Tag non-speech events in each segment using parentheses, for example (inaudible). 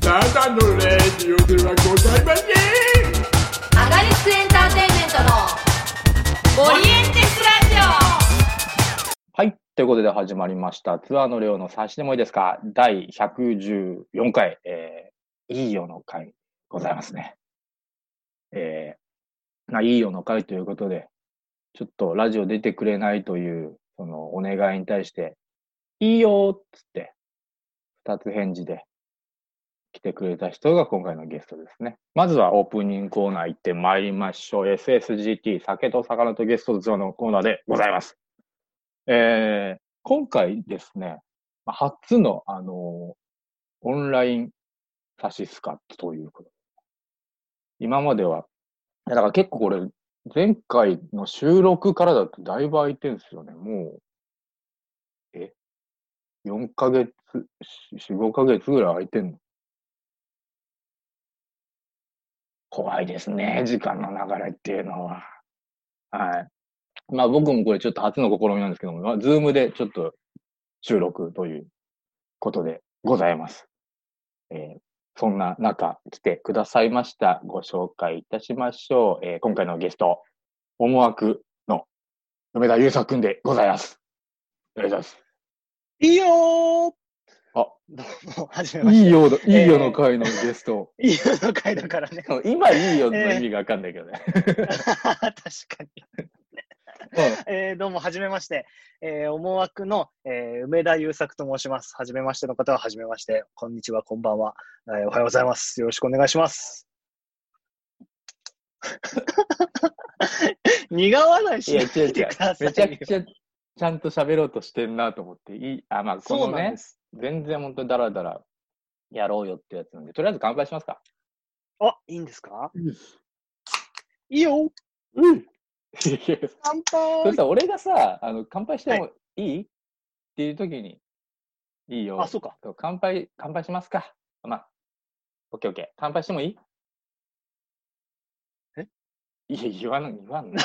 ただのレディオではございませんアガリスクエンターテインメントのオリエンテスラジはい。ということで始まりました。ツアーの量の差しでもいいですか第114回、えー、いいよの回、ございますね。えー、まあ、いいよの回ということで、ちょっとラジオ出てくれないという、そのお願いに対して、いいよっつって、二つ返事で来てくれた人が今回のゲストですね。まずはオープニングコーナー行ってまいりましょう。SSGT、酒と魚とゲストツアーのコーナーでございます。えー今回ですね、まあ初の、あのーオンライン差しスカということ。今までは、いやだから結構これ、前回の収録からだとだいぶ空いてるんですよね。もう、え ?4 ヶ月、4、5ヶ月ぐらい空いてんの怖いですね、時間の流れっていうのは。はい。まあ僕もこれちょっと初の試みなんですけども、まあ、ズームでちょっと収録ということでございます。えーそんな中来てくださいました。ご紹介いたしましょう。えー今回のゲスト、思惑の梅田優作くんでございます。お願いします。いいよーあ、どうも、はじめましいいて。よの、いえーいよの回のゲスト。いいよの回だからね。 (laughs) 今いいよの意味がわかんないけどね。確かに。 (laughs) えーどうも、はじめまして。えー思惑の、えー梅田優作と申します。はじめましての方は、はじめまして。こんにちは、こんばんは、えーおはようございます。よろしくお願い (laughs) します。苦笑いしないでくださいめちゃくちゃちゃんと喋ろうとしてんなと思って、いい、あ、まあそこうのなんねで、す。全然本当にダラダラやろうよってやつなんで、とりあえず乾杯しますか。 (laughs) あ、いいんですか、うんいいようん。それ乾杯 (laughs) さ、俺がさ、あの乾杯してもいい、っていう時に、いいよ。あ、そうか。そう乾杯、乾杯しますか。まあ、オッケーオッケー。乾杯してもいいえいや、言わない、言わ (laughs) んの。い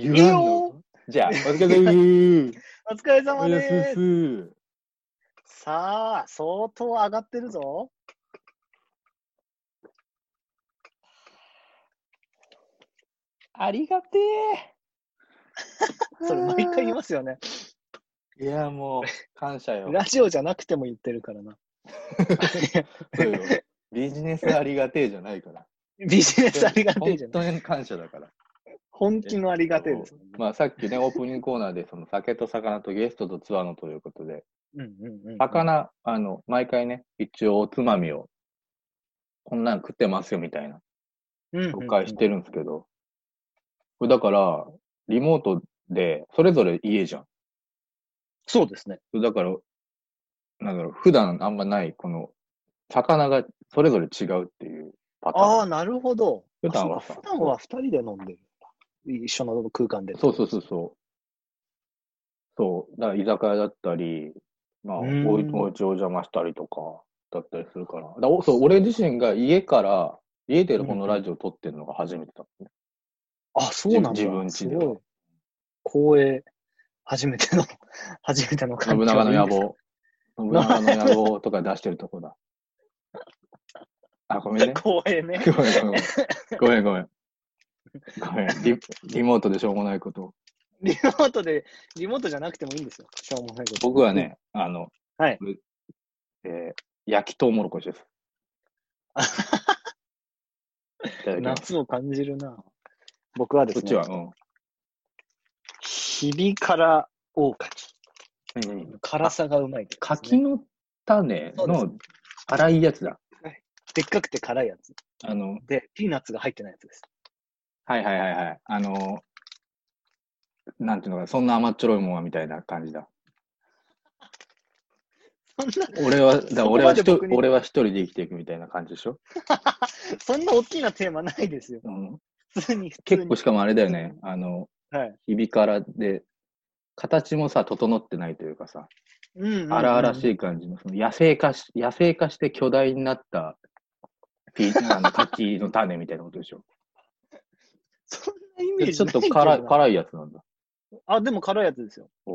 言いわんよの。じゃあ、お疲れ様です。お疲れお様疲れで。様ですす。さあ、相当上がってるぞ。 (laughs) ありがてえ。それ毎回言いますよね。いや、もう、感謝 (laughs) よ。ラジオじゃなくても言ってるからな。そうよビジネスありがてえじゃないから。ビジネスありがてえじゃん。本当に感謝だから。本気のありがてえですもんね。まあ、さっきね、オープニングコーナーで、その酒と魚とゲストとツアーのということで、うんうんうん。魚、あの、毎回ね、一応おつまみを、こんなん食ってますよみたいな、うんうんうん紹介してるんですけど、これだから、リモートで、それぞれ家じゃん。そうですね。だから、なんだろう、普段あんまない、この、魚がそれぞれ違うっていうパターン。ああ、なるほど。普段はあそうか普段は二人で飲んでる。一緒の空間で。そうそうそうそう。そう。だから居酒屋だったり、まあ、おううーんお家お邪魔したりとか、だったりするから。だからおそう、俺自身が家から、家でこのラジオ撮ってるのが初めてだったね。あ、そうなんだ。自分自分家ですごい。光栄。初めての、 (laughs) 初めての環信境長の野いいです望。信長の野望とか出してるとこ (laughs) だ。あ、ごめんね。光栄ね。ごめんごめん。ごめんごめん。ごめん。リリモートでしょうもないことを。リモートで、リモートじゃなくてもいいんですよ。しょうもないこと僕は。ね、あの、はい俺えー焼きとうもろこし (laughs) です。いただきます。夏を感じるな。僕はでそすっね、ちは、うん。ひびから大柿。うん辛さがうまい、ですね柿の種そうですの粗いやつだ。でっかくて辛いやつ。あの、で、ピーナッツが入ってないやつです。 (laughs) はいはいはいはい。あの、なんていうのかな、そんな甘っちょろいもんはみたいな感じだ。 (laughs) そんな、俺は、だから俺は一そこまで人僕、に俺は一人で生きていくみたいな感じでしょ、そんな大きなテーマないですよ。 (laughs) うん、普通に、普通結に構。しかもあれだよね、あの、はい。ひびからで、形もさ、整ってないというかさ、うんうんうん荒々しい感じの、その野生化し、野生化して巨大になった、ピあの柿の種みたいなことでしょ。そんなイメーでジちょっと (laughs) ないけどな辛い、辛いやつなんだ。あ、でも辛いやつですよ。 (laughs)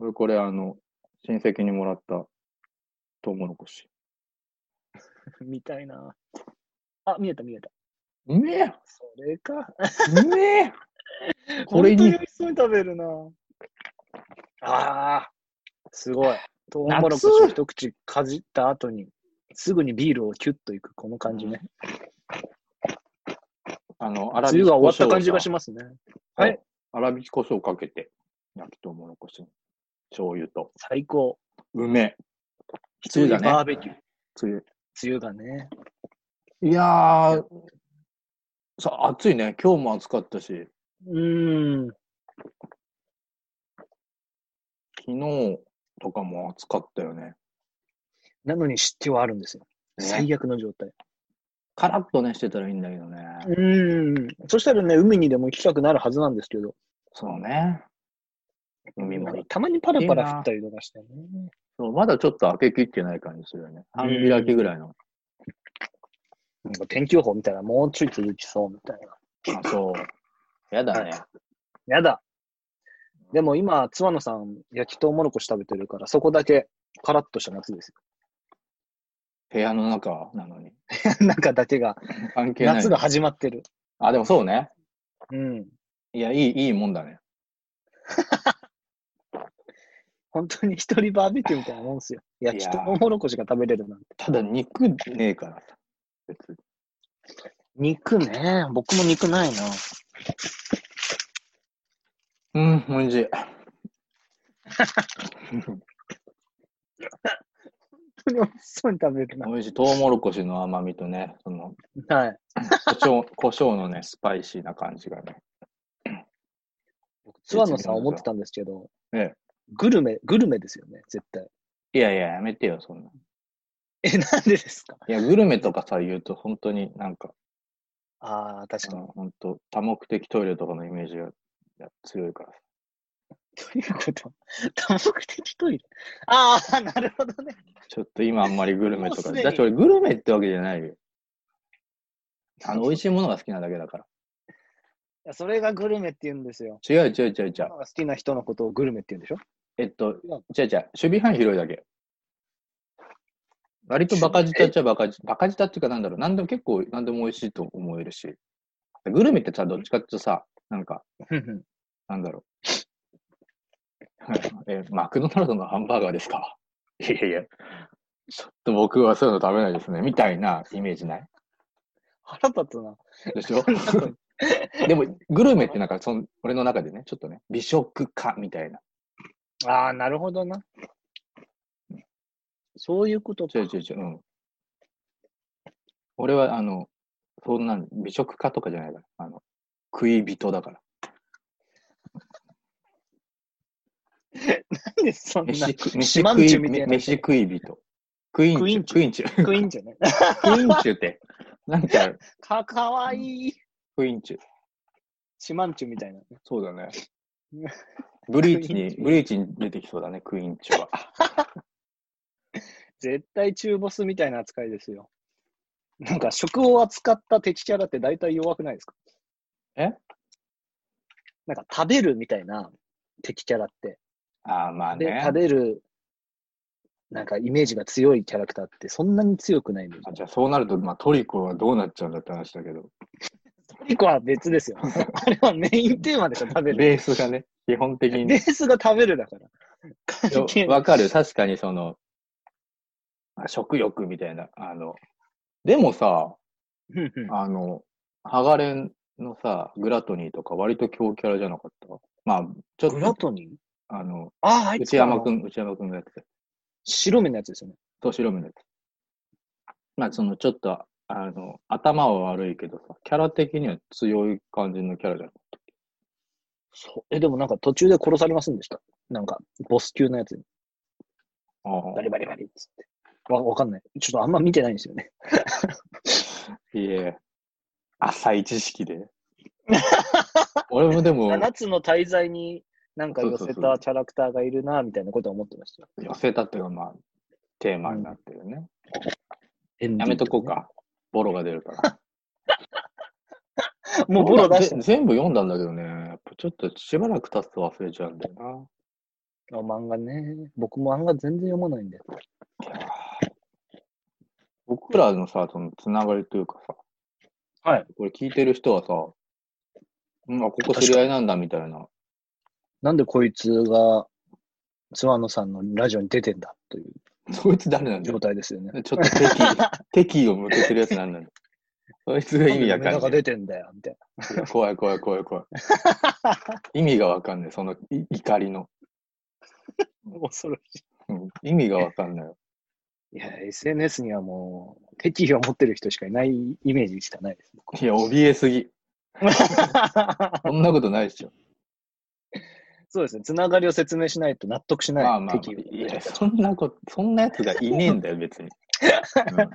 俺これあの、親戚にもらったトウモロコシ。見たいな。あ、見えた見えた。うめえそれか。うめえ (laughs) ここれれに。に美味しそうに食べるな。ああ、すごい。トウモロコシを一口かじった後に、すぐにビールをキュッといく、この感じね。あの、梅雨が終わった感じがしまますね。ははいい。粗びき胡椒かけて、焼きとうもろこしに、醤油と、最高。梅。梅梅雨雨だねバーベキュー。梅雨。梅雨がね。いやー、さ、暑いね。今日も暑かったし、うーん。昨日とかも暑かったよね。なのに湿気はあるんですよ。ね最悪の状態。カラッとね、してたらいいんだけどね。うーん。そしたらね、海にでも行きたくなるはずなんですけど、そうね。海もたまにパラパラ降ったりとかしてね。そうまだちょっと開けきってない感じするよね。半開きぐらいの。なんか天気予報みたいな、もうちょい続きそうみたいな。あ、そう。やだね。やだ。でも今、つわのさん、焼きとうもろこし食べてるから、そこだけカラッとした夏です部屋の中なのに。 (laughs) (laughs) よ。なんかだけが、関係ない。夏が始まってる。あ、でもそうね。うん。いや、いい、いいもんだね。本当に一人バーベキューみたいなもんですよ。焼きとうもろこしが食べれるなんて。ただ肉ねえからさ。別に肉ね。僕も肉ない (laughs) な。うん、おいしい。本当に美味しそうに食べるおいしい。トウモロコシの甘みとね、その、な。はい。胡椒、 (laughs) 胡椒のね、スパイシーな感じがね。つわのさん思ってたんですけど、えグルメ、グルメですよね、絶対。いやいや、やめてよ、そんな。え、なんでですかいや、グルメとかさ、言うと、本当になんか、ああ、確あかのに。本当多目的トイレとかのイメージが強いからさ。ということ多目的トイレ。ああ、なるほどね。ちょっと今あんまりグルメともか。うすでにだって俺グルメってわけじゃないよ。あの、美味しいものが好きなだけだから。いやそれがグルメって言うんですよ。違う違う違う違う。好きな人のことをグルメって言うんでしょえっと、違う違う。守備範囲広いだけ。割とバカ舌っちゃバカ舌、バカ舌っていうかなんだろう。なんでも結構何でも美味しいと思えるし。グルメってさ、どっちかっていうとさ、なんか、なんだろう。 (laughs) え、マクドナルドのハンバーガーですかいやいや、ちょっと僕はそういうの食べないですね。みたいなイメージない (laughs) 腹立つな。でしょ (laughs) でも、グルメってなんかそん、俺の中でね、ちょっとね、美食家みたいな。ああ、なるほどな。そういうこと違うか違う違う。うん。俺は、あの、そんな美食家とかじゃないから。あの、食い人だから。なんでそんな飯 (laughs) 食飯島食んいちゅみたいな飯食い人。クインチュ、クインチュ。クイーンじゃないクインチュって、なんか、かかわいい。クインチュ。シマンチュみたいな。そうだね。ブリーチに、ブリーチに出てきそうだね、クイーンチュは。絶対中ボスみたいな扱いですよ。なんか食を扱った敵キャラって大体弱くないですかえなんか食べるみたいな敵キャラって。ああ、まあでね。食べる、なんかイメージが強いキャラクターってそんなに強くないんであじゃあそうなると、まあ、トリコはどうなっちゃうんだって話だけど、トリコは別です (laughs) よ。あれはメインテーマでしょ、食べる。ベースがね、基本的にベね。ースが食べるだから。関係ないわかる確かにその、あ食欲みたいな、あの、でもさ、うんうんあの、ハガレンのさ、グラトニーとか割と強キャラじゃなかったまあ、ちょグっラと、トニーあの、ああ、あいつ内か山くん、内山くんがやってた。白目のやつですよね。と白目のやつ。まあ、その、ちょっと、あの、頭は悪いけどさ、キャラ的には強い感じのキャラじゃん。そうえ、でもなんか途中で殺されませんでした。なんか、ボス級のやつに。あバリバリバリっつって。わ、わかんない。ちょっとあんま見てないんですよね。あ、いえ、浅い知識で。 (laughs) 俺もでも、 7つの滞在になんか寄そうせそうそうたキャラクターがいるな、みたいなことは思ってましたよ。寄せたっていうか、まあ、テーマになってるね。ややめとこう。か。ボロが出るから。 (laughs) もうボロ出してぜる。全部読んだんだけどね、やっぱちょっとしばらく経つと忘れちゃうんだよあ漫画ね。僕も漫画全然読まないんで。な。僕らのさ、そのつながりというかさ、はい。これ聞いてる人はさ、うんあ、ここ知り合いなんだみたいな。 (laughs) なんでこいつが、諏訪野さんのラジオに出てんだというそいつ誰なんだ状よ。態ですよね。ちょっと敵、敵 (laughs) 意を向けてるやつなんなんだよ。そいつが意味わかなんんなかい出てんだよ、みたいいや。怖い怖い怖い怖い。意味がわかんない、そのい怒りの。な。恐ろしうん意味がわかんないよ。い。いや、SNS にはもう、敵意を持ってる人しかいないイメージしかないです、僕いや、怯えす (laughs) ぎ。そんなことないでしょ。そうですね。つながりを説明しないと納得しない。まあまあ、敵意いをや、そんなこと、そんなやつがいねえんだよ、別に。うん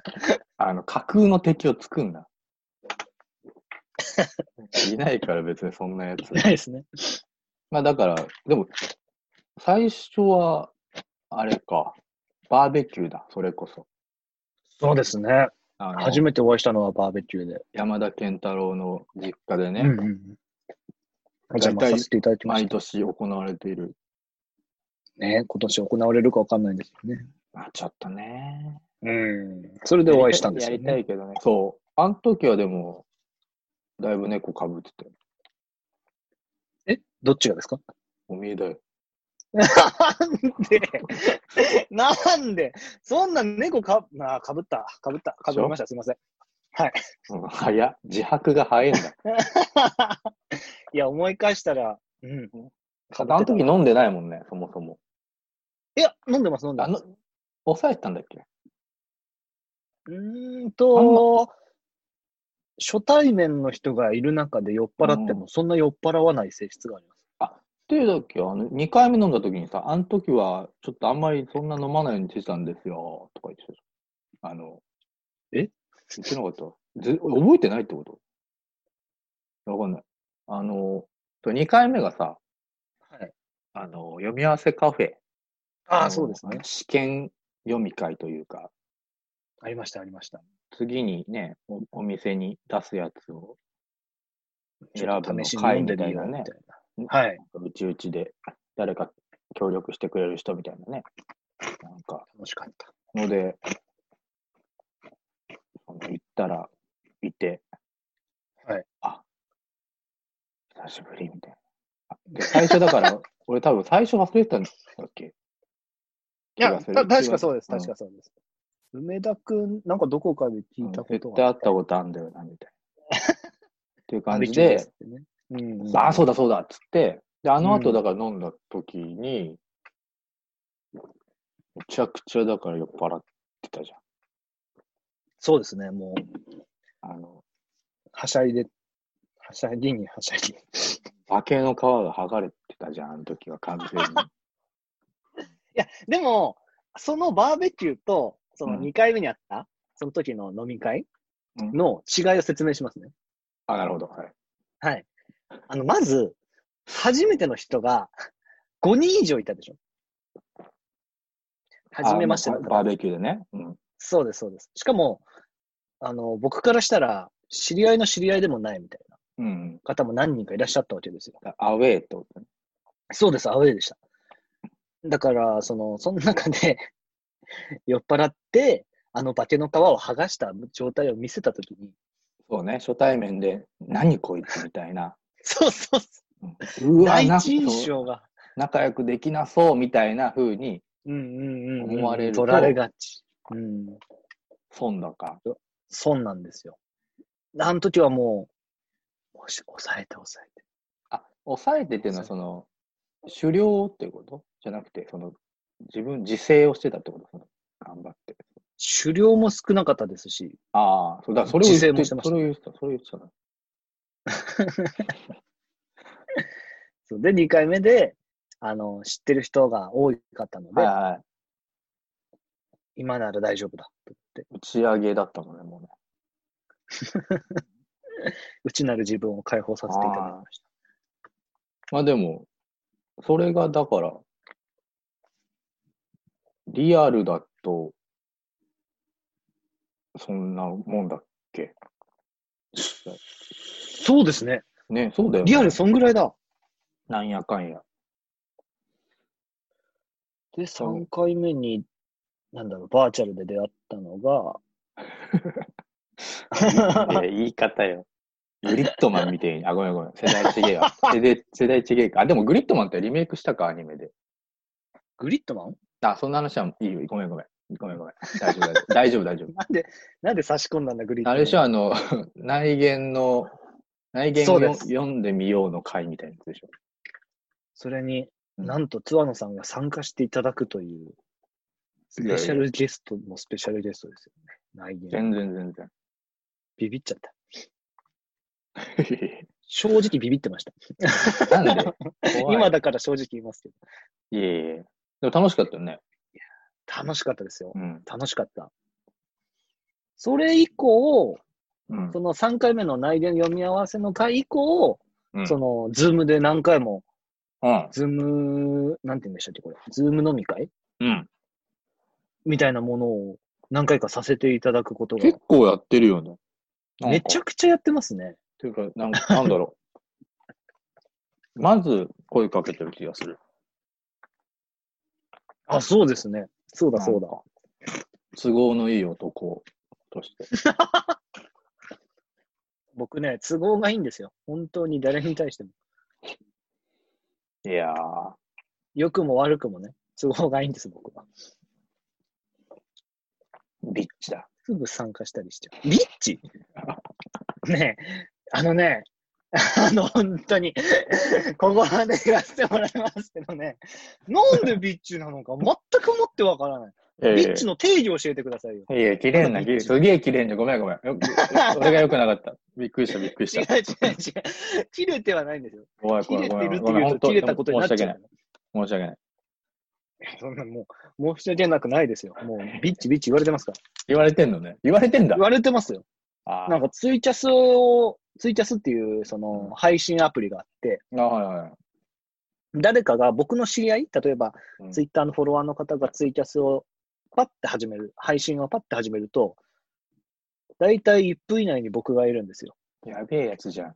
あの、架空の敵を作んな。いないから、別にそんなやつ。ないですね。まあ、だから、でも、最初は、あれか、バーベキューだ、それこそ。そうですね。あの初めてお会いしたのはバーベキューで。山田健太郎の実家でね、うんうんうん。お邪魔させていただきまし毎た。年行われている。ね、今年行われるかわかんないんですよね。あ、ちょっとね。うん。それでお会いしたんですよ、やね。りたいけどね。そう。あの時はでも、だいぶ猫かぶってて、えどっちがです (laughs) かお見えだよ。なんでなんでそんな猫か、なあ、かぶった。かぶった。かぶりました。すいません。うん、早っ。自白が早いんだ。 (laughs) いや、思い返したら、うん。 (laughs) あの時飲んでないもんね、そもそも。いや、飲んでます、飲んであますの。、抑えてたんだっけうーんと、初対面の人がいる中で酔っ払ってうも、そんな酔っ払わない性質があります。っていうだっけあの、2回目飲んだ時にさ、あの時は、ちょっとあんまりそんな飲まないようにしてたんですよ、とか言ってた。あの、え言ってなかったず覚えてないってことわかんない。あの、2回目がさ、はいあの、読み合わせカフェ。あのあ、そうですね。試験読み会というか、ありました、ありました。次にね、おお店に出すやつを選ぶの試しに会飲んみでたみいなようみたねい。な。はい。うちうちで誰か協力してくれる人みたいなね。なんか、楽しかった。ので、あの行ったら、いて、はい。あ、久しぶりみたいなあ。で最初だ (laughs) から、俺多分最初忘れてたんだっけいや、気がたる確かそうです、うん確かそうです。梅田くん、なんかどこかで聞いたこと絶対が会あっるたことあるんだよな、みたいな。っていうバー感ベじキューで、すってね。うんうん。ああ、そうだそうだっつって、で、あのう後んだから飲んだ時に、めちゃくちゃだから酔っ払ってたじそうですね、もう、ゃん。あの、はしゃいで、はしゃぎにはしゃぎ。い化けの皮が剥がれてたじゃん、あの時は完全に。や、でも、そのバーベキューと、そのうん2回目にあった、その時の飲み会 (laughs) うんの違いを説明しますね。あ、なるほど。はい。はい。あの、まず、初めての人が5人以上いたでしょ初めましてのあ方まあバーベキューでね。うん。そうです、そうです。しかも、あの、僕からしたら、知り合いの知り合いでもないみたいなうん。方も何人かいらっしゃったわけですよ。アウェイってことね。そうです、アウェイでした。だから、その、その中で、 (laughs) 酔っ払って、あの化けの皮を剥がした状態を見せたときに、そうね、初対面で、何こいつみたいな。そうそうそううんうわ、第な一印象が、仲良くできなそうみたいな風に、うんうんうんうん、思われると取られがち。うん。損だか。損なんですよ。あの時はもう、もし、抑えて抑えて。あ、抑えてっていうのは、その、狩猟っていうことじゃなくて、その、自分、自制をしてたってことその頑張って。狩猟も少なかったですし、ああ、そうだ、それを言っ自制てもしてましたそれを言ってた、それを言ってたな。そうで、2回目で、あの、知ってる人が多かったのはで、いはい。今なら大丈夫だと言って、打ち上げだったもんね、もうね。内なる自分を解放させていただきましまあでも、それがだから、リアルだと、そんなもんだっ (laughs) けた。そうですね。ね、そうだよ、ね。リアルそんぐらいだ。なんやかんや。で、3回目に、なんだろう、バーチャルで出会ったのが、い (laughs) や、言い方よ。グリットマンみてえに。あ、ごめんごめん。世代違えわ。 (laughs) 世代、世代違えか。あ、でもグリットマンってリメイクしたか、アニメで。グリットマンあ、そんな話はいいよ。ごめんごめん。ごめんごめん。大丈夫、 (laughs) 大丈夫。大丈夫、大丈夫。なんで、なんで差し込んだんだ、グリットマあン。れでしょ、あの、 (laughs) 内言の、内言そをうでよす読んでみようの回みたいなやつでしょ。それに、うんなんと、ツアノさんが参加していただくという、スペシャルゲストのスペシャルゲストですよね。内全言。然全 (laughs) 然。ビビっちゃった。正直ビビってました。なんで今だ。だから正直言いますけど。いえいえ。でも楽しかったよね。楽しかったですよ。うん。楽しかった。それ以降、うんその3回目の内言読み合わせの回以降、うんその、ズームで何回も、うん。ズーム、なんて言うんでしたっけ、これ。ズーム飲み会うん。みたいなものを何回かさせていただくことが結、構やってるよね。なんかめちゃくちゃやってますね。というか、なんか (laughs) なんだろう。まず声かけてる気がする。あ、そうですね。そうだ、そうだ。都合のいい男として。僕ね、都合がいいんですよ。本当に誰に対しても。いやー、良くも悪くもね、都合がいいんです、僕は。ビッチだ。すぐ参加したりしちゃう。リッ (laughs) チねえ、あのね、あの、本当に、ここまで言わせてもらいますけどね、なんでビッチなのか全くもってわからない。えビッチの定義を教えてくださいよ。いや、綺麗な、綺麗すげえ綺麗な。ごめんごめん。よくそれが良くなかった。びっくりした、びっくり違しう (laughs) た。違う違う。切れてはないんですよ。怖い切怖れいて怖い。るっごてめん、言う本当と切れたことになっ申ちし訳なゃうかい。申し訳ない。ら。そんなもう、申し訳なくないですよ。もう、ビッチビッチ言われてますから。言われてんのね。言われてんだ言。われてますよ。あなんかツイキャスを、ツイキャスっていうその配信アプリがあって、ーあ、はいはい。誰かが僕の知り合い、例えばうんツイッターのフォロワーの方がツイキャスをパッて始める、配信をパッて始めると、だいたい1分以内に僕がいるんですよ。やべえやつじゃん。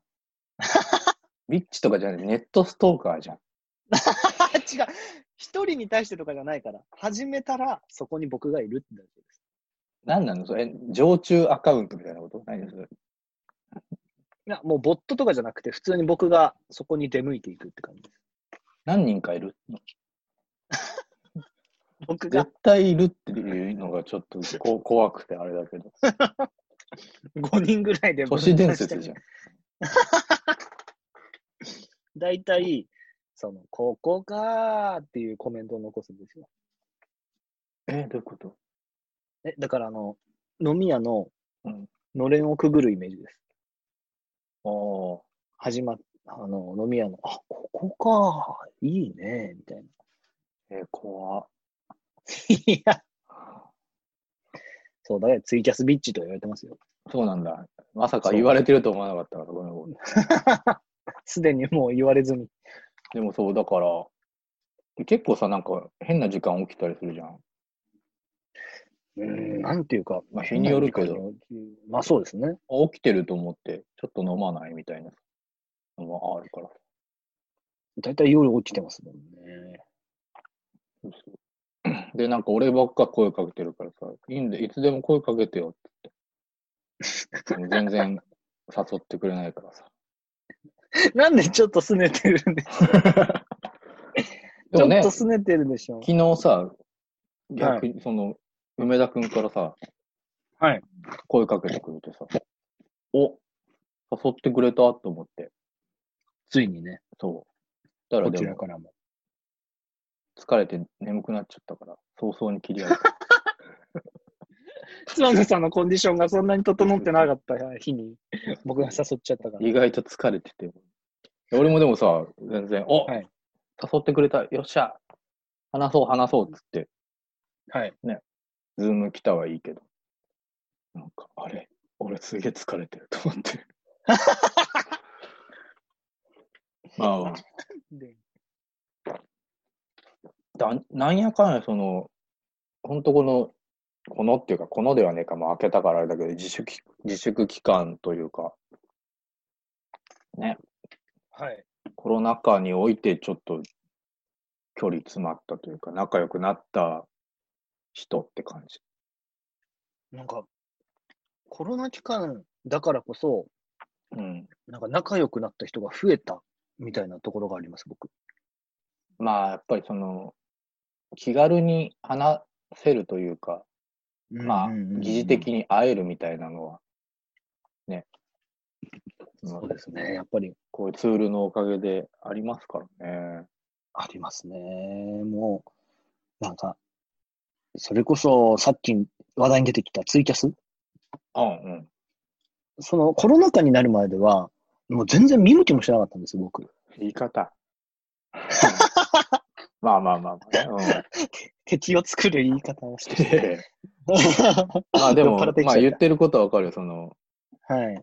(laughs) ビッチとかじゃなくて、ネットストーカーじゃん。あ (laughs) 違う。一人に対してとかじゃないから、始めたらそこに僕がいるってだけです。なんなのそれ、常駐アカウントみたいなこと何それいや、もうボットとかじゃなくて、普通に僕がそこに出向いていくって感じです。何人かいるの僕が絶対いるっていうのがちょっと (laughs) こ怖くてあれだけ (laughs) ど。 5人ぐらいで都市伝説じ (laughs) ゃん。大体、その、ここかーっていうコメントを残すんですよ。え、どういうことえ、だからあの、飲み屋のうんのれんをくぐるイメージです。お始まっ、あの、飲み屋の、あ、ここかー、いいねー、みたいな。ーえー、怖いや。そう、だからツイキャスビッチと言われてますよ。そうなんだ。まさか言われてると思わなかったから、ごめんごめん。すでにもう言われずに。でもそう、だから、結構さ、なんか変な時間起きたりするじゃん。うーん、なんていうか、まあ日によるけど。まあそうですね。あ起きてると思って、ちょっと飲まないみたいなのもあるから。だいたい夜起きてますもんね。そうそうで、なんか俺ばっか声かけてるからさ、いいんで、いつでも声かけてよって (laughs) 言って。全然誘ってくれないから (laughs) さ。なんでちょっと拗ねてるんででもね、ちょっ昨と拗ねてるでしょ。日さ、逆にその、梅田くんからさ、はい。声かけてくれてさ、お誘ってくれたと思って。ついにね、そう。だからこでちらも、からも。疲れて眠くなっちゃったから、早々に切り上げた。妻野さんのコンディションがそんなに整ってなかった日に、僕が誘っちゃったから。意外と疲れてて。俺もでもさ、全然、お、はい誘ってくれた、よっしゃ話そう話そうっつって、はい。ズーム来たはいいけど。なんか、あれ俺すげえ疲れてると思って。 (laughs) まあまあ、で、だなんやかんや、その、ほんとこの、このっていうか、このではねえか、もう開けたからあれだけど、自粛期、自粛期間というか、はい。コロナ禍においてちょっと距離詰まったというか、仲良くなった人って感じ。なんか、コロナ期間だからこそ、うん。なんか仲良くなった人が増えたみたいなところがあります、僕。まあ、やっぱりその、気軽に話せるというか、まあ、疑似的に。に会えるみたいなのは、ね。そうですね。やっぱりこういうツールのおかげでありますからね。ありますね。もう、なんか、それこそさっき話題に出てきたツイキャスうんうん。そのコロナ禍になる前では、もう全然見向きもしなかったんですよ、僕。言い方。 (laughs) まあまあまあま (laughs) あね。敵を作る言い方をしうて。 (laughs) んまあでも、酔っ払ってきちゃまったあ言ってることはわかるよ。その、はい。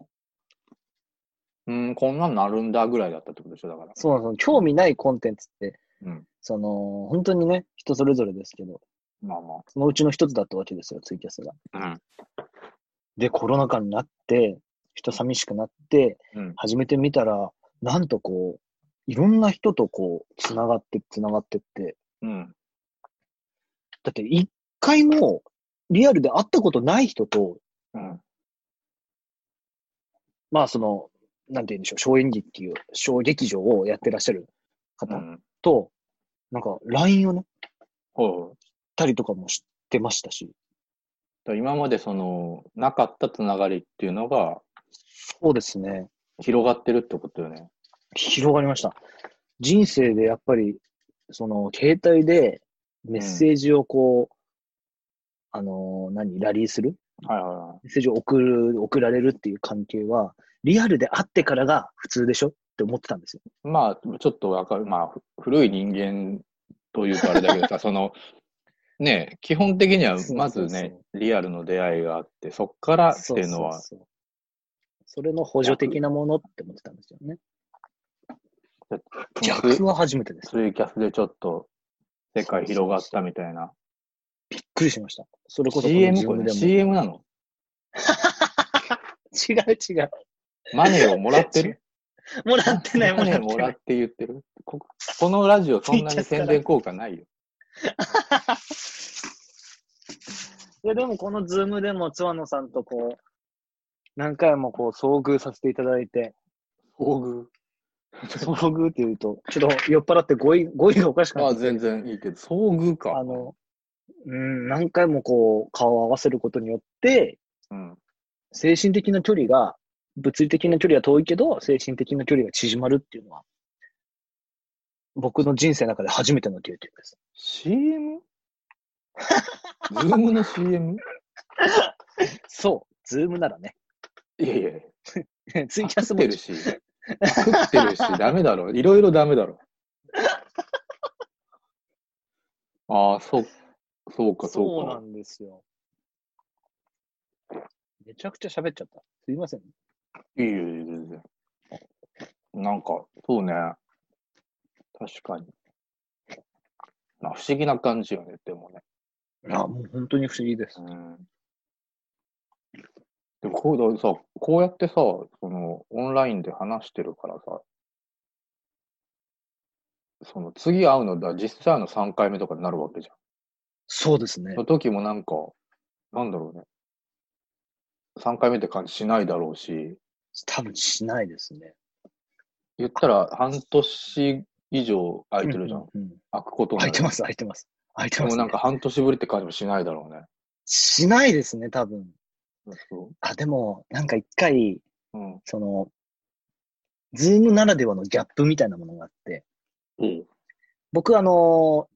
うん、こんなんなるんだぐらいだったってことでしょ、だから。そうそう、興味ないコンテンツって、うん。その、本当にね、人それぞれですけど、まあまそのうちの一つだったわけですよ、ツイキャスが。あ。で、コロナ禍になって、人寂しくなって、うん。うん。始めてみたら、なんとこう、いろんな人とこう、つながって、つながってって、うん。だって一回もリアルで会ったことない人と、うん。まあその、なんて言うんでしょう、小演劇っていう、小劇場をやってらっしゃるう方ん。と、なんか LINE をね、ほう。たりとかもしてましたし、だから今までその、なかったつながりっていうのがそうですね、広がってるってことよね。広がりました。人生でやっぱり、その、携帯でメッセージをこう、あのー、何、ラリーするはいはいはい。メッセージを送る、送られるっていう関係は、リアルで会ってからが普通でしょって思ってたんですよ。まあ、ちょっとわかる。まあ、ふ古い人間というとあれだけ (laughs) どさ、その、ねえ、基本的にはそうそうそうまずね、リアルの出会いがあって、そっからっていうのは、そうそうそうそれの補助的なものって思ってたんですよね。逆は初めてです。ツイキャスでちょっと世界広がったみたいな。びっくりしました。それこそこの CM? 自これ分でも CM なの違う違う。マネーをもらって (laughs) るもらってない、もマネらーってもならいっ。て言ってるここのラジオそんなに宣伝効果ないよ。いや、でもこのズームでも、つわのさんとこう、何回もこう、遭遇させていただいて、遭遇。遭遇って言うと、ちょっと酔っ払って語彙、語彙がおかしくまなあっ全然いいけど、遭遇か。た。あの、うん、何回もこう、顔を合わせることによって、うん。精神的な距離が、物理的な距離は遠いけど、精神的な距離が縮まるっていうのは、僕の人生の中で初めての経験です。 CM? (laughs) ズームの CM? そう、ズームならね。いやいや、 (laughs) ツイキャス食っもてるし。食ってるし、 (laughs) ダメだろ。いろいろダメだ (laughs) ろ。ああ、そう、そうか、そうそうか。なんですよ。めちゃくちゃ喋っちゃった。すいません。いいよ、いいよ、全然。なんか、そうね。確かに。まあ、不思議な感じよね、でもね。あ、もう本当に不思議ですう。ん。でも、こうだ、さ、こうやってさ、その、オンラインで話してるからさ、その、次会うのだ、実際の3回目とかになるわけじゃん。そうですねの。時もなんか、なんだろうね。3回目って感じしないだろうし、多分しないですね。言ったら半年以上空いてるじゃん。うんうんうん開くこと。空いてますす、空いてます。空いてでまもす、ね。なんか半年ぶりって感じもしないだろうね。しないですね、多分。そあ、でも、なんか一回、う。うん。その、ズームならではのギャップみたいなものがあって、僕、あの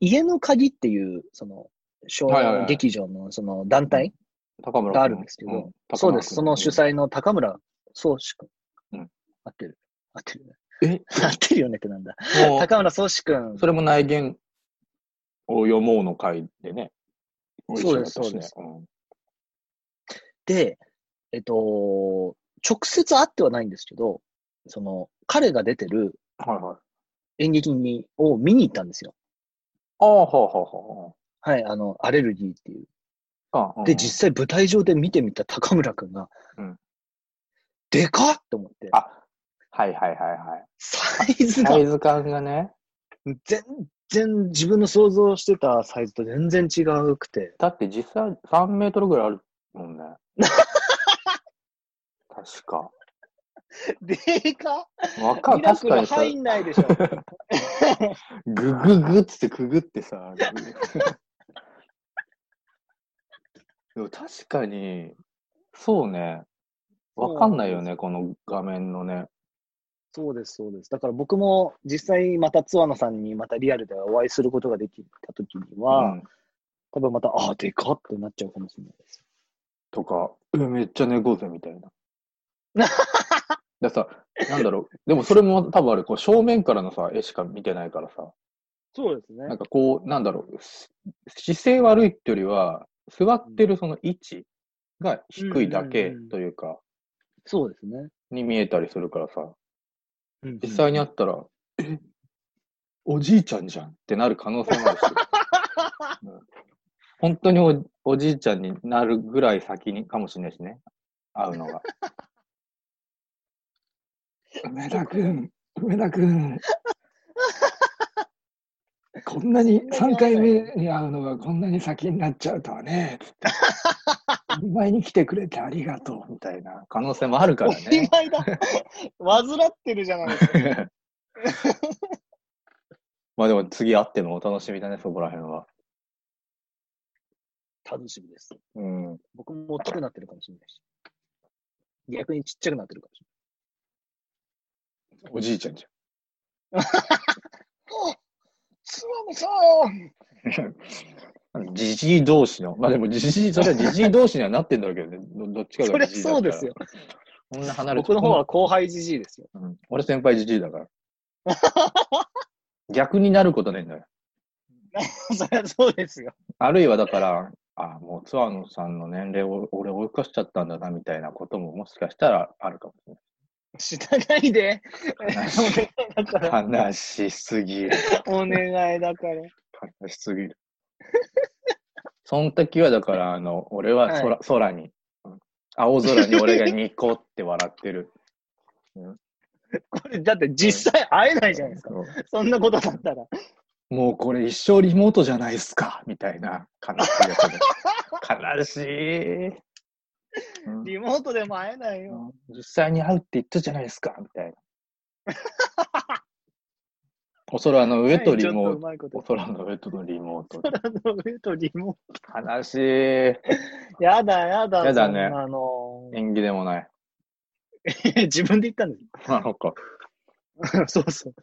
家の鍵っていう、その、小はいはいはい劇場の、その、団体、高村が君あるんですけどうん高村そうです。君その主催の高村宗志君。うん合ってる。合ってる。え (laughs) 合ってるよねってなんだ。もう高村宗志君。それも内言を読もうの会でね。そうです一緒だったしねそうですで、えっと、直接会ってはないんですけど、その、彼が出てるうんはいはい。演劇にを見に行ったんですよ。ああ、はあははい、あの、アレルギーっていう。あはあ。で、実際舞台上で見てみた高村君が、うんでかっと思って、あ、はいはいはいはサイズい。がサイズ感がね。全然自分の想像して (laughs) たサイズと全然違うくて、 (laughs) だって実際3メートルぐらいあるもんね。確か。でかわかミる、ラ確クかルにさ、入んないでしょ。グググっつってくぐってさ。でも確かに、そうね。わかんないよね、この画面のね。そうです、そうです。だから僕も実際またツアノさんにまたリアルでお会いすることができたときには、うん多分また、ああ、でかってなっちゃうかもしれないです。とか、え、めっちゃ猫背みたいな。 (laughs) でさ、なんだろう。でもそれも多分あれ、こう正面からのさ、絵しか見てないからさ、そうですねなんかこう、なんだろう、す姿勢悪いってよりは、座ってるその位置が低いだうんけうんうんというか、そうですね。に見えたりするからさ、うん実際に会ったら、え (coughs) おじいちゃんじゃんってなる可能性 (laughs) もあるし、うん本当におおじいちゃんになるぐらい先にかもしれないしね、会うのが。梅田くん、梅田くん。こんなに3回目に会うのがこんなに先になっちゃうとは (laughs) ね、前に来てくれてありがとうみたいな可能性もあるかおら見ね。舞いだ。患ってるじゃないですか。まあでも次会ってもお楽しみだね、そこら辺は。 (laughs) 楽しみです。うん。僕も大きくなってるかもしれないし。逆にちっちゃくなってるかもしれおじいちゃんじない。ツアノさんゃん。じじい同士の。まあでもじじい、それはじじい同士にはなってんだろうけどね。どどっちかそがりゃじじいだかそらうですよ。。こんな離れて僕の方は、後輩じじいですよ。うん俺先輩じじいだ (laughs) から。逆になることねえんだよ。 (laughs) そりゃそうですよ。あるいはだから、あもうツアーのさんの年齢を俺追い越しちゃったんだなみたいなことももしかしたらあるかもし (laughs) 知らな (laughs) いで。 (laughs) れない。だ (laughs) から。悲しすぎる。お願いだから。悲しすぎる。その時はだから、あの、俺は空,、空に、うん青空に俺がニコって笑ってる。これ、だって実際会えないじゃないですか。そんなことだったら。もうこれ一生リモートじゃないですか、みたいな悲しいやつで。悲しい、うんリモートでも会えないよ。実際に会うって言ったじゃないですか、みたいな。お空の上とリちょっモとうート。まいことお空の上とのリモート。空の上とリモー悲しい。ト。やだやだ。やだねあの (laughs) 縁起でもない。ー、自分で言ったんですあ、そっか。よ。 (laughs) そうそう。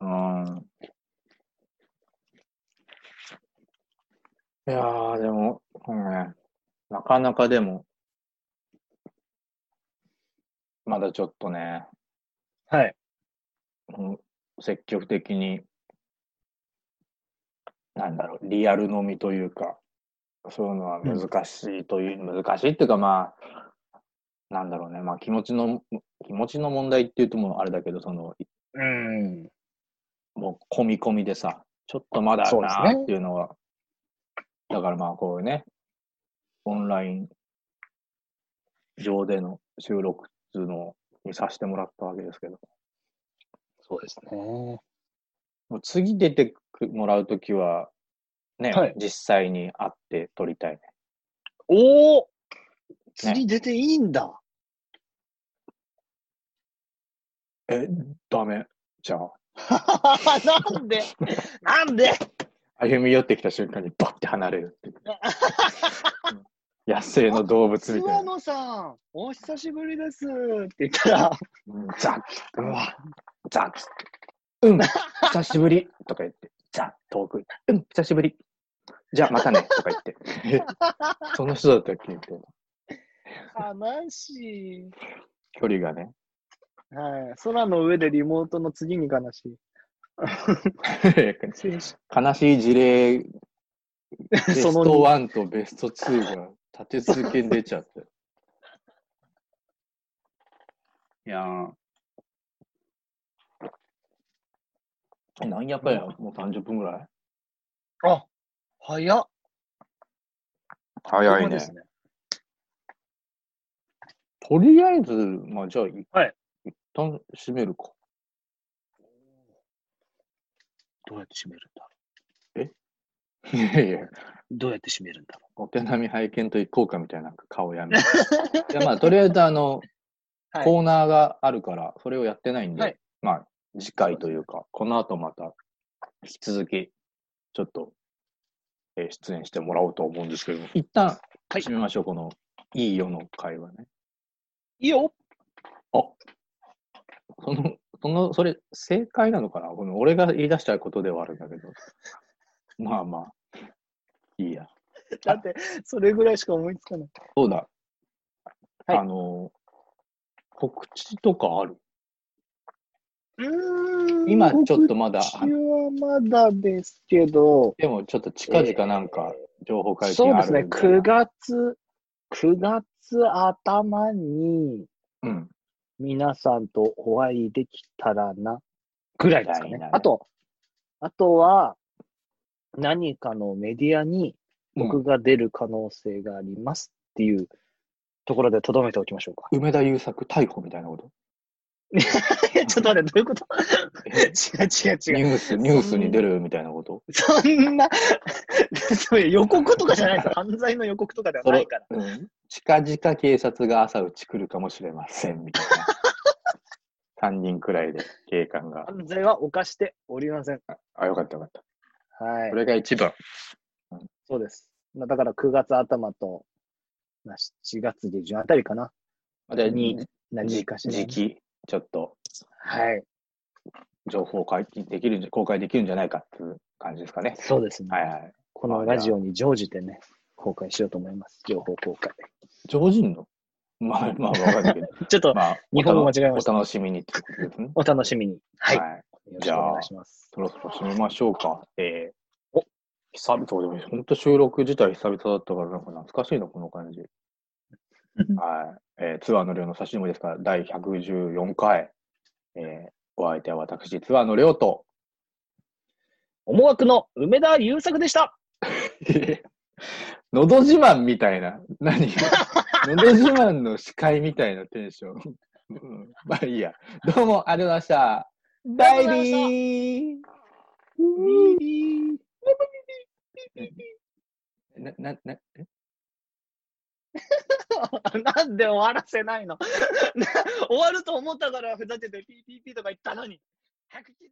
うん。いやー、でも、うんね、なかなかでも、まだちょっとね、はい。うん積極的に、なんだろう、リアル飲みというか、そういうのは難しいという、難しいっていうか、まあ、なんだろうね、まあ気持ちの、気持ちの問題っていうともうあれだけど、その、うん。もう込み込みでさ、ちょっとまだそうですねなーっていうのは、だからまあこういうね、オンライン上での収録っていうのにさせてもらったわけですけど、そうですね。もう次出てくもらうときは、ね、はい実際に会って撮りたいね。おお次出ていいんだ。え、ダメ。じゃあ、なんでなんで歩み寄ってきた瞬間にバッて離れるっていううん (laughs) 野生の動物み諏た訪いな。野さん、お久しぶりですって言ったら、うんザッ、うわ、ザッ、うん、 (laughs) 久しぶりとか言って、ザッ、遠く行って、うん、久しぶり。じゃあ、またねとか言 (laughs) って。えその人だったっけみたいな。悲しい。距離が (laughs) ね。はい。空の上でリモートの次に悲しい。悲しい事例、ベスそトの二1とベスト2が立て続けに出ちゃって。 (laughs) いやー。えなんやかんや、もう30分ぐらいあ、早っ。早ほんまです。とりあえず、まあじゃあ、いはい一旦閉めるか。どうやって閉めるんだ (laughs) いやいや、どうやって締めるんだろお手並み拝見と行こうかみたいななんか顔や (laughs) め。いや、まあ、とりあえず、あの、う。はい。コーナーがあるから、それをやってないんで、はいまあ、次回というか、この後また、引き続き、ちょっと、えー出演してもらおうと思うんですけども、一旦、はい締めましょう、この、いいよの会話ね。いいよその、その、それ、正解なのかなこの俺が言い出したことではあるんだ (laughs) けど。まあまあ、いいや。だって、それぐらいしか思いつかない。そうだ。はいあの、告知とかあるうーん今ちょっとまだ、告知はまだですけど、でもちょっと近々なんか情報解禁そうあでるすみたね、いな9月、9月頭にうん。皆さんとお会いできたらな、ぐらいですかぐらいねだね。あと、あとは、何かのメディアに僕が出る可能性がありますっていうところでとどめておきましょうか。梅田優作逮捕みたいなこといやちょっと待って、どういうこと (laughs) え違う違う違うニ。ュース、ニュースに出るみたいなことそんな、 (laughs) そういう予告とかじゃない (laughs) です。犯罪の予告とかではそなれいから。うん近々警察が朝うち来るかもしれません、みたい (laughs) な。3人くらいで警官が。犯罪は犯しておりません。あ、よかったよかった。はいこ。れが一番。そうです。まあだから9月頭と、まあ、7月下旬あたりかな。で、にじ何かしらね時期、ちょっとはい。情報解禁できるんじゃ、公開できるんじゃないかっていう感じですかね。そうですね。はいはい。このラジオに乗じてね、公開しようと思います。情報公開。常人のまあまあ、わかんないけ (laughs) ど。ちょっとまあ、日本語間違えましたお楽しみにっていうことですね。お楽しみに。はい。よはいろしくお願いします。そろそろ締めましょうか。えー、お久々そうでもいいです、本当収録自体久々だったから、なんか懐かしいな、この (laughs) 感じ。はい。えーツアーの量の差しでもいいですから、第114回。えーお相手は私、ツアーの量と。思惑の梅田優作でした。 (laughs) のど自慢みたいな。何 (laughs) のど自慢の司会みたいなテンション。うんまあいいや。どうもありがとうございました。バイビービービーな、な、な、え (laughs) なんで終わらせ (laughs) ないのな終わると思ったからふざけて PPP とか言ったのに。早く聞いて